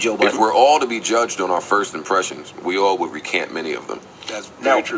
Joe If Button. we're all to be judged on our first impressions, we all would recant many of them. That's Now, very true.